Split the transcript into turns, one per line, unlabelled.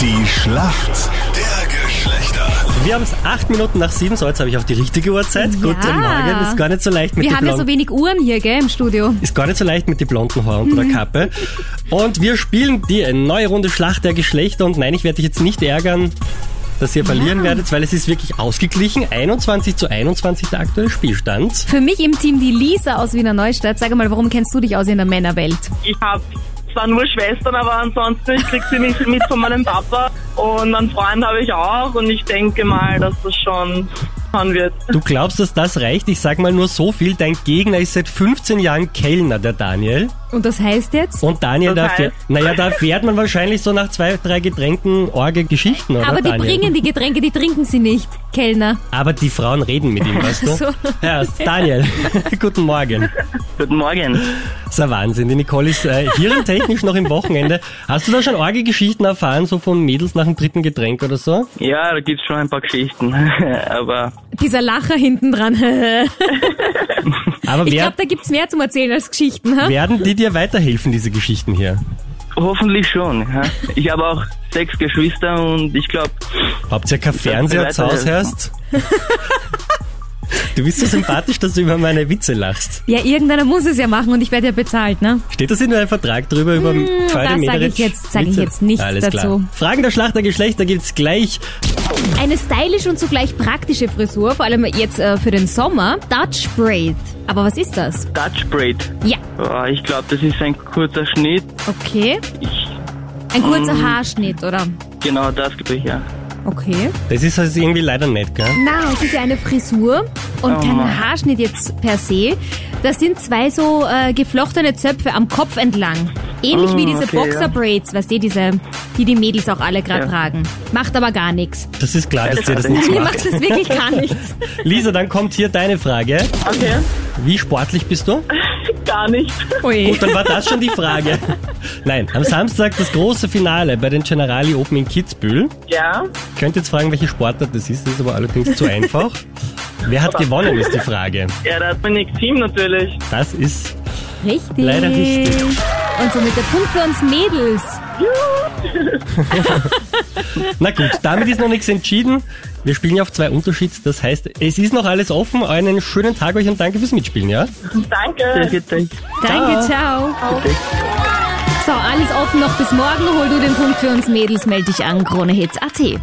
Die Schlacht der Geschlechter.
Wir haben es acht Minuten nach sieben, so jetzt habe ich auf die richtige Uhrzeit. Guten Morgen, ist gar nicht so leicht mit
Wir
den
haben ja so
blonden-
wenig Uhren hier, gell, im Studio.
ist gar nicht so leicht mit den blonden Haaren
Mhm.
unter der Kappe. Und wir spielen die neue Runde Schlacht der Geschlechter. Und nein, ich werde dich jetzt nicht ärgern, dass ihr verlieren werdet, weil es ist wirklich ausgeglichen. 21 zu 21 der aktuelle Spielstand.
Für mich im Team die Lisa aus Wiener Neustadt. Sag mal, warum kennst du dich aus in der Männerwelt?
Ich habe zwar nur Schwestern, aber ansonsten, ich krieg sie mit, mit von meinem Papa. Und einen Freund habe ich auch. Und ich denke mal, dass das schon fahren wird.
Du glaubst, dass das reicht? Ich sag mal nur so viel. Dein Gegner ist seit 15 Jahren Kellner, der Daniel.
Und das heißt jetzt?
Und Daniel,
Das
da, fährt, naja, da fährt man wahrscheinlich so nach zwei, drei Getränken orge Geschichten, oder?
Aber die
Daniel?
bringen die Getränke, die trinken sie nicht, Kellner.
Aber die Frauen reden mit ihm, weißt du?
So.
Ja, Daniel, guten Morgen.
Guten Morgen.
Das ist ein Wahnsinn. Die Nicole ist äh, hirntechnisch noch im Wochenende. Hast du da schon arge Geschichten erfahren, so von Mädels nach dem dritten Getränk oder so?
Ja, da gibt's schon ein paar Geschichten, aber
Dieser Lacher hinten dran.
Aber
ich
wer,
glaube, da gibt's mehr zum Erzählen als Geschichten. Ha?
werden die dir weiterhelfen, diese Geschichten hier?
hoffentlich schon. Ja. Ich habe auch sechs Geschwister und ich glaube,
Habt ihr kein Fernseher zu Hause hast? Du bist so sympathisch, dass du über meine Witze lachst.
Ja, irgendeiner muss es ja machen und ich werde ja bezahlt, ne?
Steht das in deinem Vertrag drüber über Friday
das Hm, sag ich jetzt- sag ich jetzt nichts
Alles Klar.
dazu.
Fragen der Schlacht der Geschlechter gibt's gleich.
Eine stylische und zugleich praktische Frisur, vor allem jetzt äh, für den Sommer. Dutch Braid. Aber was ist das?
Dutch Braid.
Ja,
Oh, Ich glaube, das ist ein kurzer Schnitt.
okay.
Ich,
Ein kurzer Haarschnitt, oder?
genau das glaube ich, ja.
Okay.
Das ist also irgendwie leider nett, gell?
Na, es ist ja eine Frisur und
Oh
kein
Mann.
Haarschnitt jetzt per se. Das sind zwei so äh, geflochtene Zöpfe am Kopf entlang. Ähnlich
Ah,
wie diese
okay, ja.
Boxer-Braids, weißt du, diese, die die Mädels auch alle gerade
Ja.
tragen. Macht aber gar nichts.
Das ist klar, dass dir das
Schade.
nichts
Mir
macht.
macht das wirklich gar nichts.
Lisa, dann kommt hier deine Frage.
Okay,
Wie sportlich bist du?
gar nicht.
Ui.
Dann war das schon die Frage. Nein, am Samstag das große Finale bei den Generali Open in Kitzbühel.
Ja,
Könnt jetzt fragen, welche Sportart das ist, das ist aber allerdings zu einfach. Wer hat gewonnen, ist die Frage.
ja da hat man nichts Team natürlich.
Das ist
Richtig.
Leider richtig.
Und somit der Punkt für uns Mädels.
Na gut, damit ist noch nichts entschieden. Wir spielen ja auf zwei Unterschieds, das heißt, es ist noch alles offen. Einen schönen Tag euch und danke fürs Mitspielen, ja?
Danke.
Das wird echt-
Danke, ciao. So, alles offen noch bis morgen. Hol du den Punkt für uns Mädels, melde dich an, KroneHits.at.